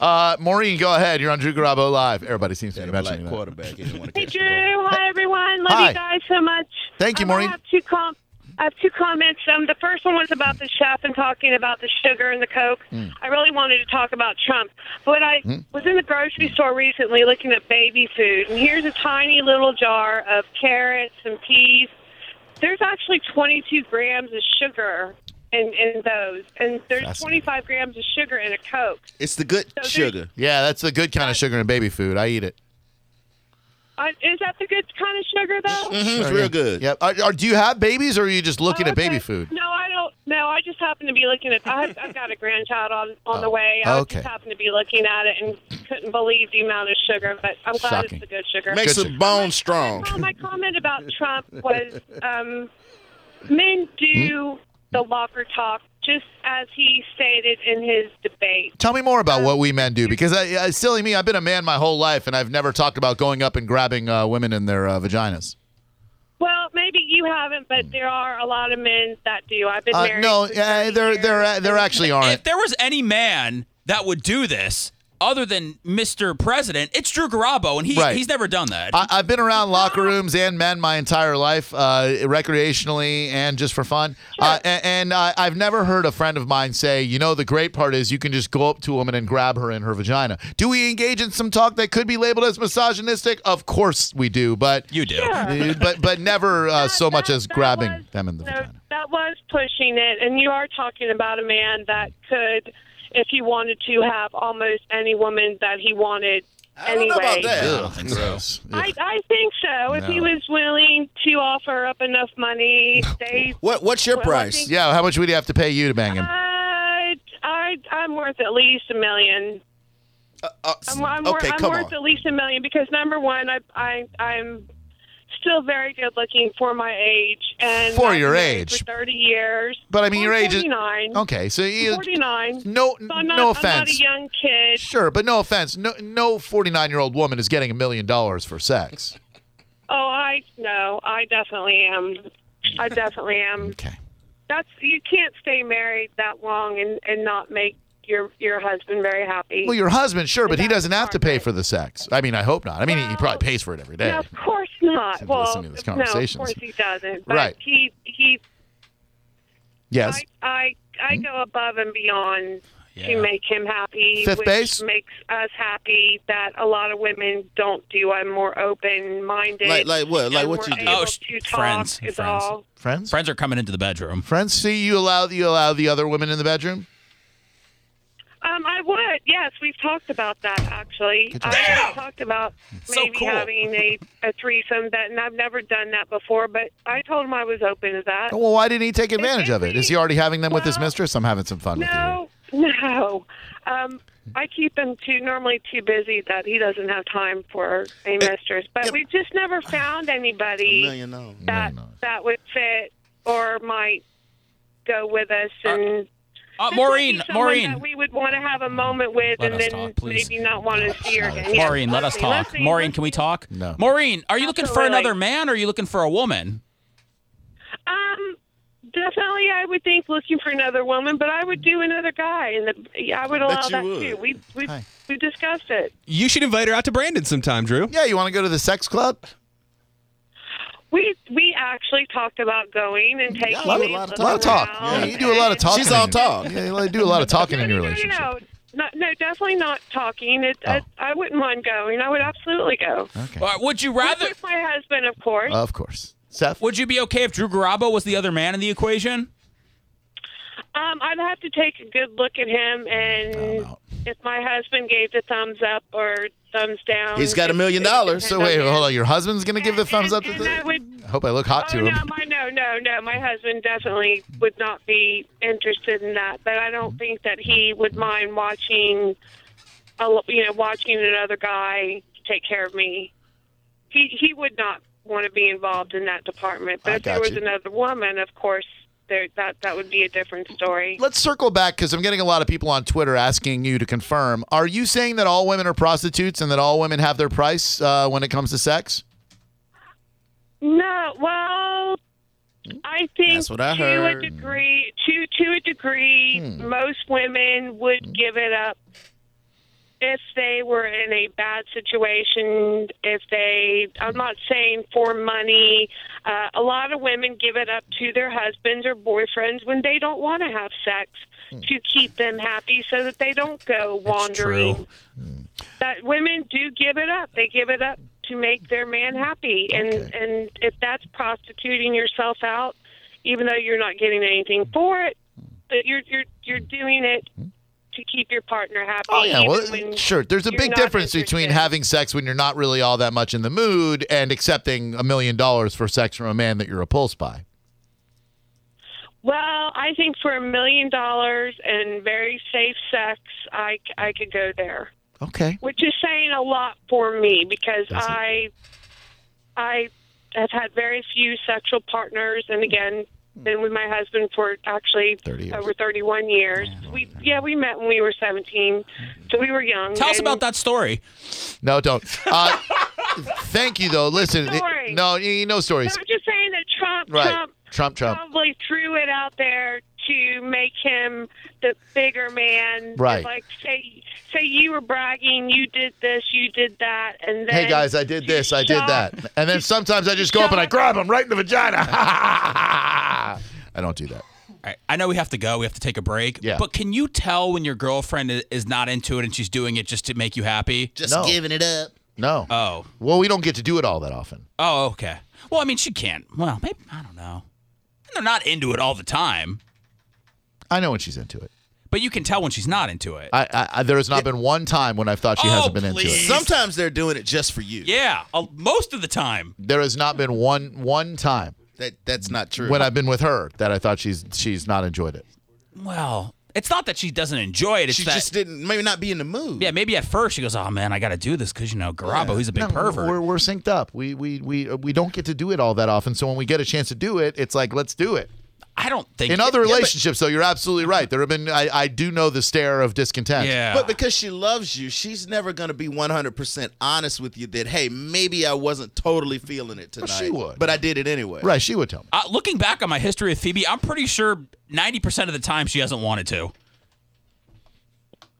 Uh, Maureen, go ahead. You're on Drew Garabo Live. Everybody seems to be mentioning Black that. quarterback. He didn't want to Hey catch the Drew, ball. hi everyone. Love Hi. you guys so much. Thank you, Um, Maureen. I have two com- I have two comments. Um, the first one was about the chef and talking about the sugar and the coke. Hmm. I really wanted to talk about Trump, but I was in the grocery store recently looking at baby food, and here's a tiny little jar of carrots and peas. There's actually 22 grams of sugar in, in those, and there's 25 grams of sugar in a coke. It's the good there's- sugar. Yeah, that's the good kind of sugar in baby food. I eat it. Uh, is that the good kind of sugar though? Mm-hmm. Mhm, Oh, it's real good. Yep. Are, are- do you have babies or are you just looking Oh, at baby okay. food? No, I don't. No, I just happen to be looking at. I have, I've got a grandchild on on the way. I Oh, okay. just happened to be looking at it and couldn't believe the amount of sugar. But I'm glad Shocking. it's the good sugar. Makes Good the bones strong. Well, my comment about Trump was um, men Hmm? do the locker talk, just as he stated in his debate. Tell me more about what we men do because I, I, silly me, I've been a man my whole life and I've never talked about going up and grabbing uh, women in their uh, vaginas. Well, maybe you haven't, but there are a lot of men that do. I've been Hmm. Uh, married. no, for uh, 30 there, years. there, there actually If aren't. there was any man that would do this other than Mr. President, it's Drew Garabo, and he, Right. he's never done that. I, I've been around locker rooms and men my entire life, uh, recreationally and just for fun. Uh, a- and uh, I've never heard a friend of mine say, you know, the great part is you can just go up to a woman and grab her in her vagina. Do we engage in some talk that could be labeled as misogynistic? Of course we do, but you do. Uh, but but never uh, so That- much that- as that grabbing was- them in the no, vagina. That was pushing it, and you are talking about a man that could, if he wanted to, have almost any woman that he wanted. I don't anyway, know about that. I don't think so. I, I think so. If he No. was willing to offer up enough money, they. What What's your Well, I price? think- Yeah, how much would he have to pay you to bang Uh, him? I, I, I'm worth at least a million. Uh, I'm, I'm, okay, wor- I'm come worth on. at least a million because number one, I, I, I'm still very good looking for my age, and For I've your been married age. for thirty years. But I mean, I'm your age is 49. okay. So you, 49. no, So I'm not, no I'm not offense. a young kid. Sure, but no offense. No, no forty-nine-year-old woman is getting a million dollars for sex. Oh, I no, I definitely am. I definitely am. Okay. That's you can't stay married that long and and not make your your husband very happy. Well, your husband, sure, but he That's doesn't have to pay right. for the sex. I mean, I hope not. I mean, he- he Well, probably pays for it every day. no, of course not. Since Well, listening to this no, of conversation. course he doesn't. But Right. He he. Yes. Hmm? I I, I go above and beyond. Yeah. To make him happy, Fifth which base? makes us happy. That a lot of women don't do. I'm more open-minded. Like- like what? Like and what we're you do? able Oh, sh- to talk friends, is friends. all. Friends. Friends are coming into the bedroom. Friends. See, you allow you allow the other women in the bedroom. Um, I would. Yes, we've talked about that actually. I have talked about So maybe cool. having a, a threesome, that, and I've never done that before. But I told him I was open to that. Well, why didn't he take advantage if of it? Is we- he already having them with his well, mistress? I'm having some fun with you. here. No, no. Um, I keep him too normally too busy that he doesn't have time for a mistress. But we've just never found A anybody million dollars. that Million dollars. that would fit or might go with us and. Uh, This might be Maureen, someone Maureen. That we would want to have a moment with Let and us then talk, please. maybe not want to see her again. Yes, Maureen, let us let's see, let's talk. see, Maureen, let's can we see. talk? No. Maureen, are you looking for Absolutely. another man or are you looking for a woman? Um, definitely, I would think looking for another woman, but I would do another guy, and the, I would allow you that would. too. We we Hi. we discussed it. You should invite her out to Brandon sometime, Drew. Yeah, you want to go to the sex club? We we actually talked about going and taking lot of- these lot of A lot of little talk. rounds Yeah, you do a lot of and- talking. She's all in- talk. Yeah, you do a lot of talking in your No, no, no, relationship. Oh. no, no, no, definitely not talking. It, I, I wouldn't mind going. I would absolutely go. Okay. Or Uh, would you rather With my husband, of course. Of course, Seth. would you be okay if Drew Garabo was the other man in the equation? Um, I'd have to take a good look at him, and out. if my husband gave the thumbs up or thumbs down, He's got a it- million it would dollars, So depend wait, on him. hold on. Your husband's gonna give the And- thumbs up and- to and I the. would- I hope I look hot oh to no, him. my no, no, no, no. My husband definitely would not be interested in that, but I don't think that he would mind watching, a, lo- you know, watching another guy take care of me. He he would not want to be involved in that department. But I if there got was you. another woman, of course, there that that would be a different story. Let's circle back because I'm getting a lot of people on Twitter asking you to confirm. Are you saying that all women are prostitutes and that all women have their price uh, when it comes to sex? No, well, I think That's what I to heard. Hmm. a degree, to to a degree, most women would give it up if they were in a bad situation, if they, I'm not saying for money, uh, a lot of women give it up to their husbands or boyfriends when they don't want to have sex to keep them happy so that they don't go wandering. true. That women do give it up. They give it up to make their man happy. And, and if that's prostituting yourself out, even though you're not getting anything for it, that you're, you're, you're doing it to keep your partner happy. Oh yeah, even well, when sure. There's a you're big not difference between interested. having sex when you're not really all that much in the mood and accepting a million dollars for sex from a man that you're repulsed by. Well, I think for a million dollars and very safe sex, I c- I could go there, Okay. which is saying a lot for me because I I have had very few sexual partners, and again, been with my husband for actually 30 Hmm. years. over 31 years. We yeah, we met when we were 17, so we were young. Tell us and- about that story. No, don't. Uh, thank you though. Listen, it- Story. no, you you know stories. I'm just saying that Trump, Right. Trump, Trump, Trump. probably threw it out there to make him the bigger man. Right. Like say say you were bragging, you did this, you did that, and then Hey guys, I did to this, I did shock- that, and then sometimes I just go up and I grab him right in the vagina. I don't do that. All right, I know we have to go. We have to take a break. Yeah. But can you tell when your girlfriend i- is not into it and she's doing it just to make you happy? Just No. giving it up. No. Oh. well, we don't get to do it all that often. Oh, okay. Well, I mean, she can't. Well, maybe I don't know. They're not into it all the time, I know when she's into it. but you can tell when she's not into it. I, I, I there has not been one time when I've thought she Oh, hasn't been into it. please. Sometimes they're doing it just for you. yeah, uh, most of the time. There has not been one one time That that's not true. when I've been with her that I thought she's she's not enjoyed it. Well, it's not that she doesn't enjoy it. It's she that just didn't maybe not be in the mood. yeah, maybe at first she goes, "Oh man, I got to do this because you know Garabo, he's a big No, pervert." We're, we're synced up. We we we we don't get to do it all that often. So when we get a chance to do it, it's like let's do it. I don't think In other relationships, though, you're absolutely right. There have been I, I do know the stare of discontent. Yeah, But because she loves you, she's never going to be 100% honest with you that, hey, maybe I wasn't totally feeling it tonight. she would. But I did it anyway. Right, she would tell me. uh, looking back on my history with Phoebe, I'm pretty sure 90 percent of the time she hasn't wanted to.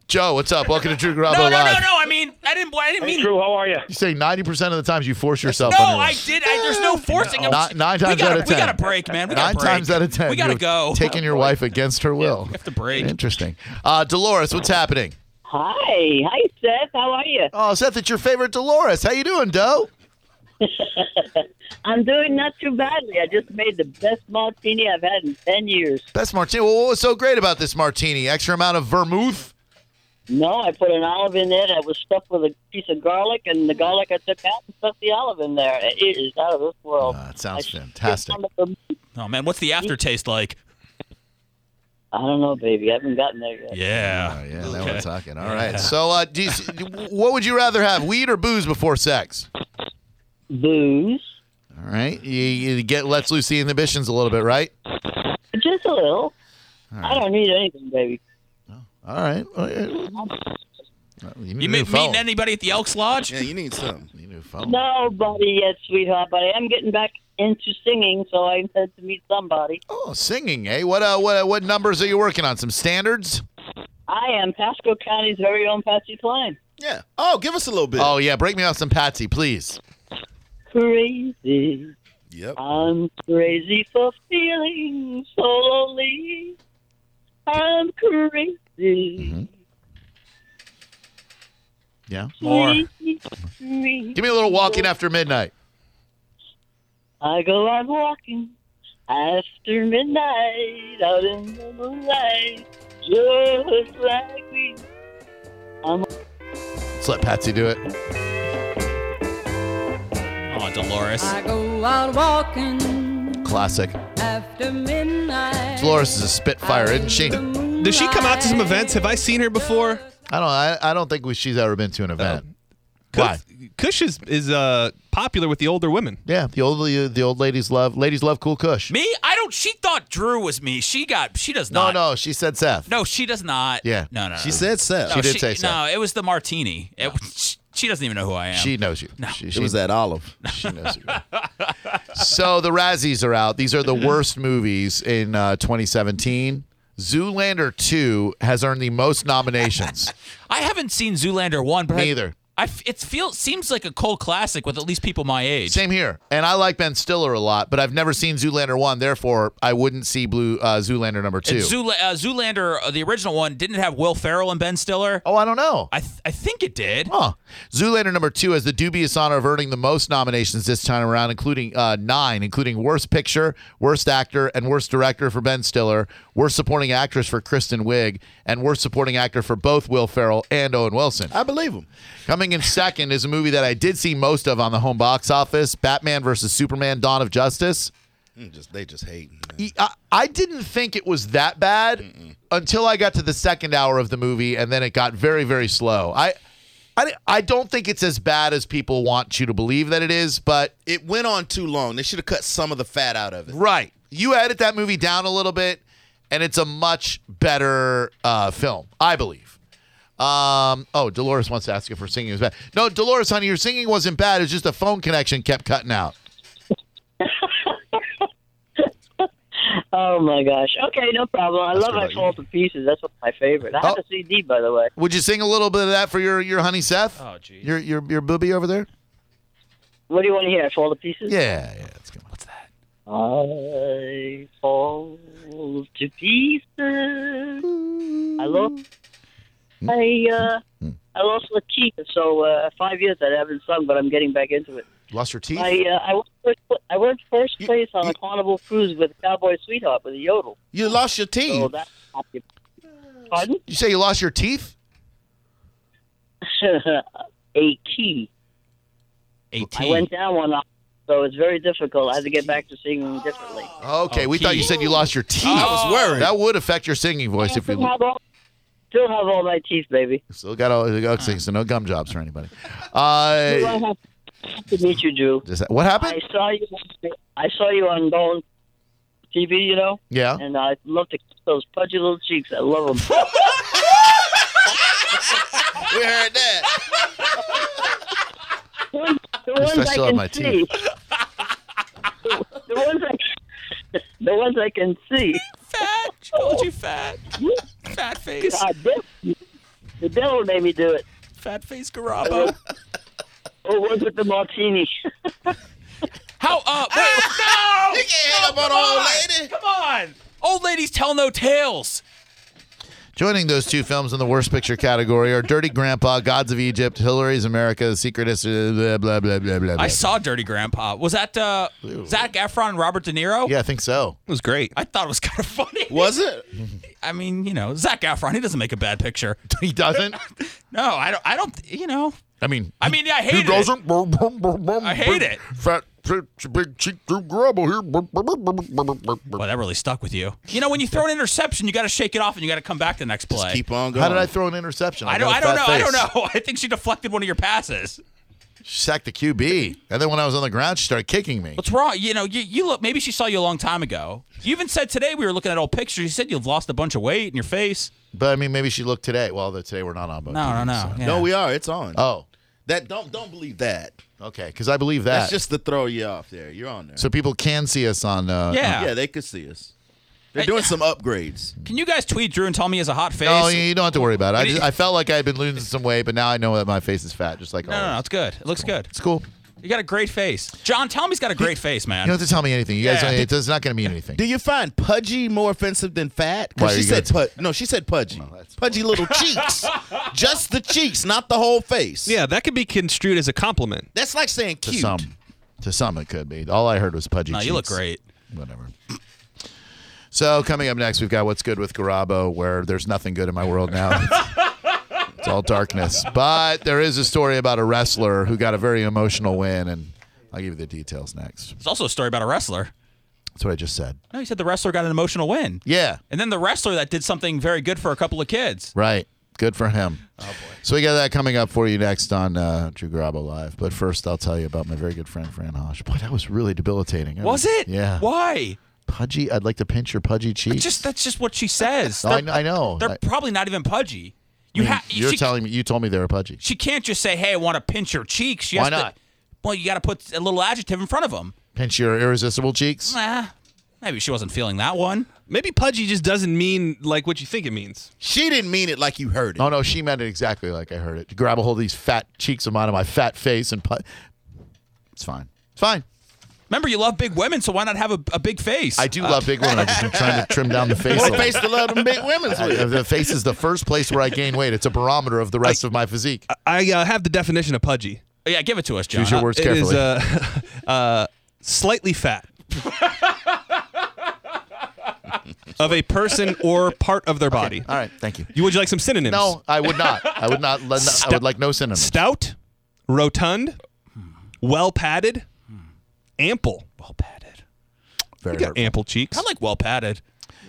Joe, what's up? Welcome to Drew Garabo No, no, Live. no, no. I mean, I didn't. I didn't Hey, mean. Drew, how are you? You say 90% of the times you force yourself. No, on your- I did. I, there's no forcing. I'm Nine- just- nine we times gotta, out of We got 10. a break, man. We Nine got a break. times out of ten. We gotta you're go. Taking your wife against her will. have to break. Interesting. Uh, Dolores, what's happening? Hi, hi Seth. How are you? Oh, Seth, it's your favorite Dolores. How you doing, Doe? I'm doing not too badly. I just made the best martini I've had in ten years. Best martini. Well, what was so great about this martini? Extra amount of vermouth? No, I put an olive in there that was stuffed with a piece of garlic, and the garlic I took out and stuffed the olive in there. It is out of this world. Ah, it sounds I should- fantastic. Oh man, what's the aftertaste like? I don't know, baby. I haven't gotten there yet. Yeah. Oh, yeah, now we're talking. All right. So, uh, do you, what would you rather have, weed or booze before sex? Booze, All right. You, you get lets loose the inhibitions a little bit, right? just a little. I don't need anything, baby. All right. All right. You need You a new meet, phone. meeting anybody at the Elks Lodge? Yeah, you need something. You need a new phone. Nobody yet, sweetheart. But I am getting back into singing, so I had to meet somebody. Oh, singing, eh? What uh, what what numbers are you working on? Some standards? I am Pasco County's very own Patsy Cline. Yeah. Oh, give us a little bit. Oh yeah, break me off some Patsy, please. Crazy. Yep. I'm crazy for feeling so lonely. I'm crazy. Yeah. More. Please, please. Give me a little walking after midnight. I go out walking after midnight out in the moonlight, just like we. Let's let Patsy do it. Oh, Dolores. I go out walking Classic. after midnight. Dolores is a spitfire, isn't she? I don't. Does she come out to some events? Have I seen her before? I, I don't think we, she's ever been to an event. Why? Kush, Kush is is uh, popular with the older women. Yeah. The old the old ladies love ladies love cool Kush. Me? I don't. She thought Drew was me. She got. She does no, not. no. She said Seth. No, she does not. Yeah. No, no. no. She said so. No, She did say so. No, it was the martini. It, was- she doesn't even know who I am. She knows you. She, It she, was that olive. She knows you. so the Razzies are out. These are the worst movies in uh, 2017. Zoolander 2 has earned the most nominations. I haven't seen Zoolander one, but Me I- either. I f- it feels seems like a cult classic with at least people my age. Same here. And I like Ben Stiller a lot, but I've never seen Zoolander 1, therefore I wouldn't see Blue uh, Zoolander number 2. And Zoola- uh, Zoolander, uh, the original one, didn't it have Will Ferrell and Ben Stiller? oh, I don't know. I th- I think it did. Huh. Zoolander number two has the dubious honor of earning the most nominations this time around, including uh, nine, including Worst Picture, Worst Actor, and Worst Director for Ben Stiller, Worst Supporting Actress for Kristen Wiig, and Worst Supporting Actor for both Will Ferrell and Owen Wilson. I believe him. Coming in second is a movie that I did see most of on the home box office: Batman vs Superman: Dawn of Justice. Mm, Just they just hating. man. I, I didn't think it was that bad until I got to the second hour of the movie, and then it got very, very slow. I, I, di- I don't think it's as bad as people want you to believe that it is, but It went on too long. They should have cut some of the fat out of it. right, you edit that movie down a little bit, and it's a much better uh, film, I believe. Um, oh, Dolores wants to ask if her singing was bad. No, Dolores, honey, your singing wasn't bad. It's just the phone connection kept cutting out. Oh my gosh. Okay, no problem. I love what I about Fall to Pieces. That's my favorite. I have Oh. a CD, by the way. Would you sing a little bit of that for your your honey Seth? Oh, geez. Your your your booby over there? What do you want to hear? I Fall to Pieces? Yeah, yeah, it's good. I fall to pieces. I lost. Hmm. I uh, I lost my teeth, so uh, five years I haven't sung, but I'm getting back into it. Lost your teeth? I uh, I worked first, I worked first You- place on you- a carnival cruise with Cowboy Sweetheart with a yodel. You lost your So teeth. that pardon You say you lost your teeth? a key. I 18. went down one, eye, so it's very difficult. I had to get back to singing differently. Oh, Okay, we thought you said you lost your teeth. I was worried. That would affect your singing voice if Still you have all, still have all my teeth, baby. still got all the okay, so no gum jobs for anybody. Uh, Well, happy to meet you, Drew. does that- what I happened? saw you. I saw you on Bone TV, you know, Yeah. and I love to kiss those pudgy little cheeks. I love them. we heard that. the ones, the least ones I I, still have can my see. the, the ones I, the ones I can see. fat. She called you fat. Fat face. God, this- the devil made me do it. Fat face Garabo. Or was it the martini? How? Uh, wait, He can't hang up on an old lady. Come on. Old ladies tell no tales. Joining those two films in the worst picture category are Dirty Grandpa, Gods of Egypt, Hillary's America, The Secret History, blah blah blah blah blah. blah. I saw Dirty Grandpa. Was that uh, Zach Efron and Robert De Niro? Yeah, I think so. It was great. I thought it was kind of funny. Was it? I mean, you know, Zach Efron, he doesn't make a bad picture. He doesn't. No, I don't. I don't. You know. I mean, I mean, yeah, I he hate it. doesn't. I I hate it. Fat, fat, big cheek, grubble here. Well, that really stuck with you. You know, when you throw an interception, you got to shake it off and you got to come back the next play. Keep on going. How did I throw an interception? got I don't. a I fat don't know. I don't face. know. I think she deflected one of your passes. sacked the QB. And then when I was on the ground, she started kicking me. What's wrong? You know, you, you look. Maybe she saw you a long time ago. You even said today we were looking at old pictures. You said you've lost a bunch of weight in your face. But I mean, maybe she looked today. Well, the, today we're not on. both No, no, TVs, no. so- Yeah. No, we are. It's on. Oh, that don't don't believe that. okay. Because I believe that. That's just to throw you off there. You're on there. so people can see us on. Uh, Yeah. yeah, they could see us. They're doing some upgrades. Can you guys tweet Drew and tell me as a hot face? No, you Oh, you don't have to worry about it. I, It just, is- I felt like I had been losing some weight, but now I know that my face is fat, just like no, always. no, no. It's good. It looks good. It's cool. You got a great face. John, tell him he's got a great face, You don't man. have to tell me anything. You guys, Yeah. it does not going to mean anything. Do you find pudgy more offensive than fat? Why are Because she you gonna said pud- no, she said pudgy. pudgy little cheeks, just the cheeks, not the whole face. Yeah, that could be construed as a compliment. that's like saying to cute. some, to some, it could be. All I heard was pudgy. No, you look cheeks. great. Whatever. So coming up next, we've got what's good with Garabo, where there's nothing good in my world now. it's all darkness. But there is a story about a wrestler who got a very emotional win, and I'll give you the details next. There's also a story about a wrestler. That's what I just said. No, you said the wrestler got an emotional win. Yeah. And then the wrestler that did something very good for a couple of kids. Right. Good for him. Oh boy. So we got that coming up for you next on uh, Drew Garabo Live. But first, I'll tell you about my very good friend Fran Hosh. Boy, that was really debilitating. I Was it? Yeah. Why? Pudgy. I'd like to pinch your pudgy cheeks. Just that's just what she says. No, I, They're- I know. They're I- probably not even pudgy. You ha- You're she, telling me you told me they were pudgy. she can't just say, "Hey, I want to pinch your cheeks." She Why has to- not? well, you got to put a little adjective in front of them. Pinch your irresistible cheeks. Nah, maybe she wasn't feeling that one. Maybe pudgy just doesn't mean like what you think it means. She didn't mean it like you heard it. Oh no, she meant it exactly like I heard it. Grab a hold of these fat cheeks of mine and my fat face and put. It's fine. It's fine. Remember, you love big women, so why not have a, a big face? I do love big women. I'm just trying to trim down the face. a More little. face to love them big women's I- with. the face is the first place where I gain weight. It's a barometer of the rest of my physique. I uh, have the definition of pudgy. yeah, give it to us, John. Use your words It is carefully. uh, uh, slightly fat of a person or part of their body. All right, thank you. You would you like some synonyms? No, I would not. I would not. let- I Stop. would like no synonym. Stout, rotund, Hmm. well padded, ample. Well padded. Very You got hurtful. ample cheeks. I like well padded.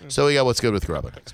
So we got what's good with Grubba next.